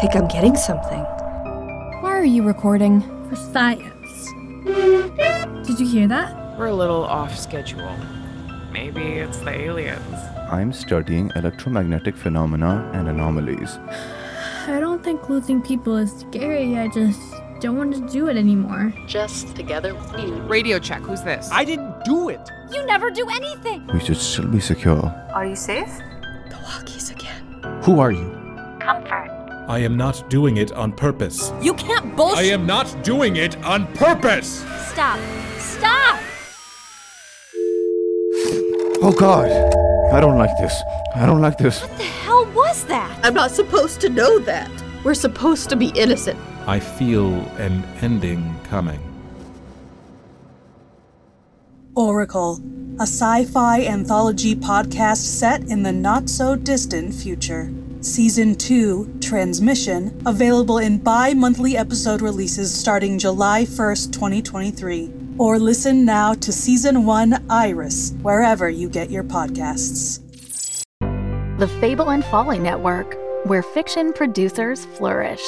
think I'm getting something. Why are you recording? For science. Did you hear that? We're a little off schedule. Maybe it's the aliens. I'm studying electromagnetic phenomena and anomalies. I don't think losing people is scary. I just don't want to do it anymore. Just together with you. Radio check, who's this? I didn't do it. You never do anything. We should still be secure. Are you safe? The walkies again. Who are you? Comfort. I am not doing it on purpose. You can't I bullshit. am not doing it on purpose! Stop. Stop. Oh god! I don't like this. I don't like this. What the hell was that? I'm not supposed to know that. We're supposed to be innocent. I feel an ending coming. Oracle, a sci fi anthology podcast set in the not so distant future. Season 2, Transmission, available in bi monthly episode releases starting July 1st, 2023. Or listen now to Season 1, Iris, wherever you get your podcasts. The Fable and Folly Network, where fiction producers flourish.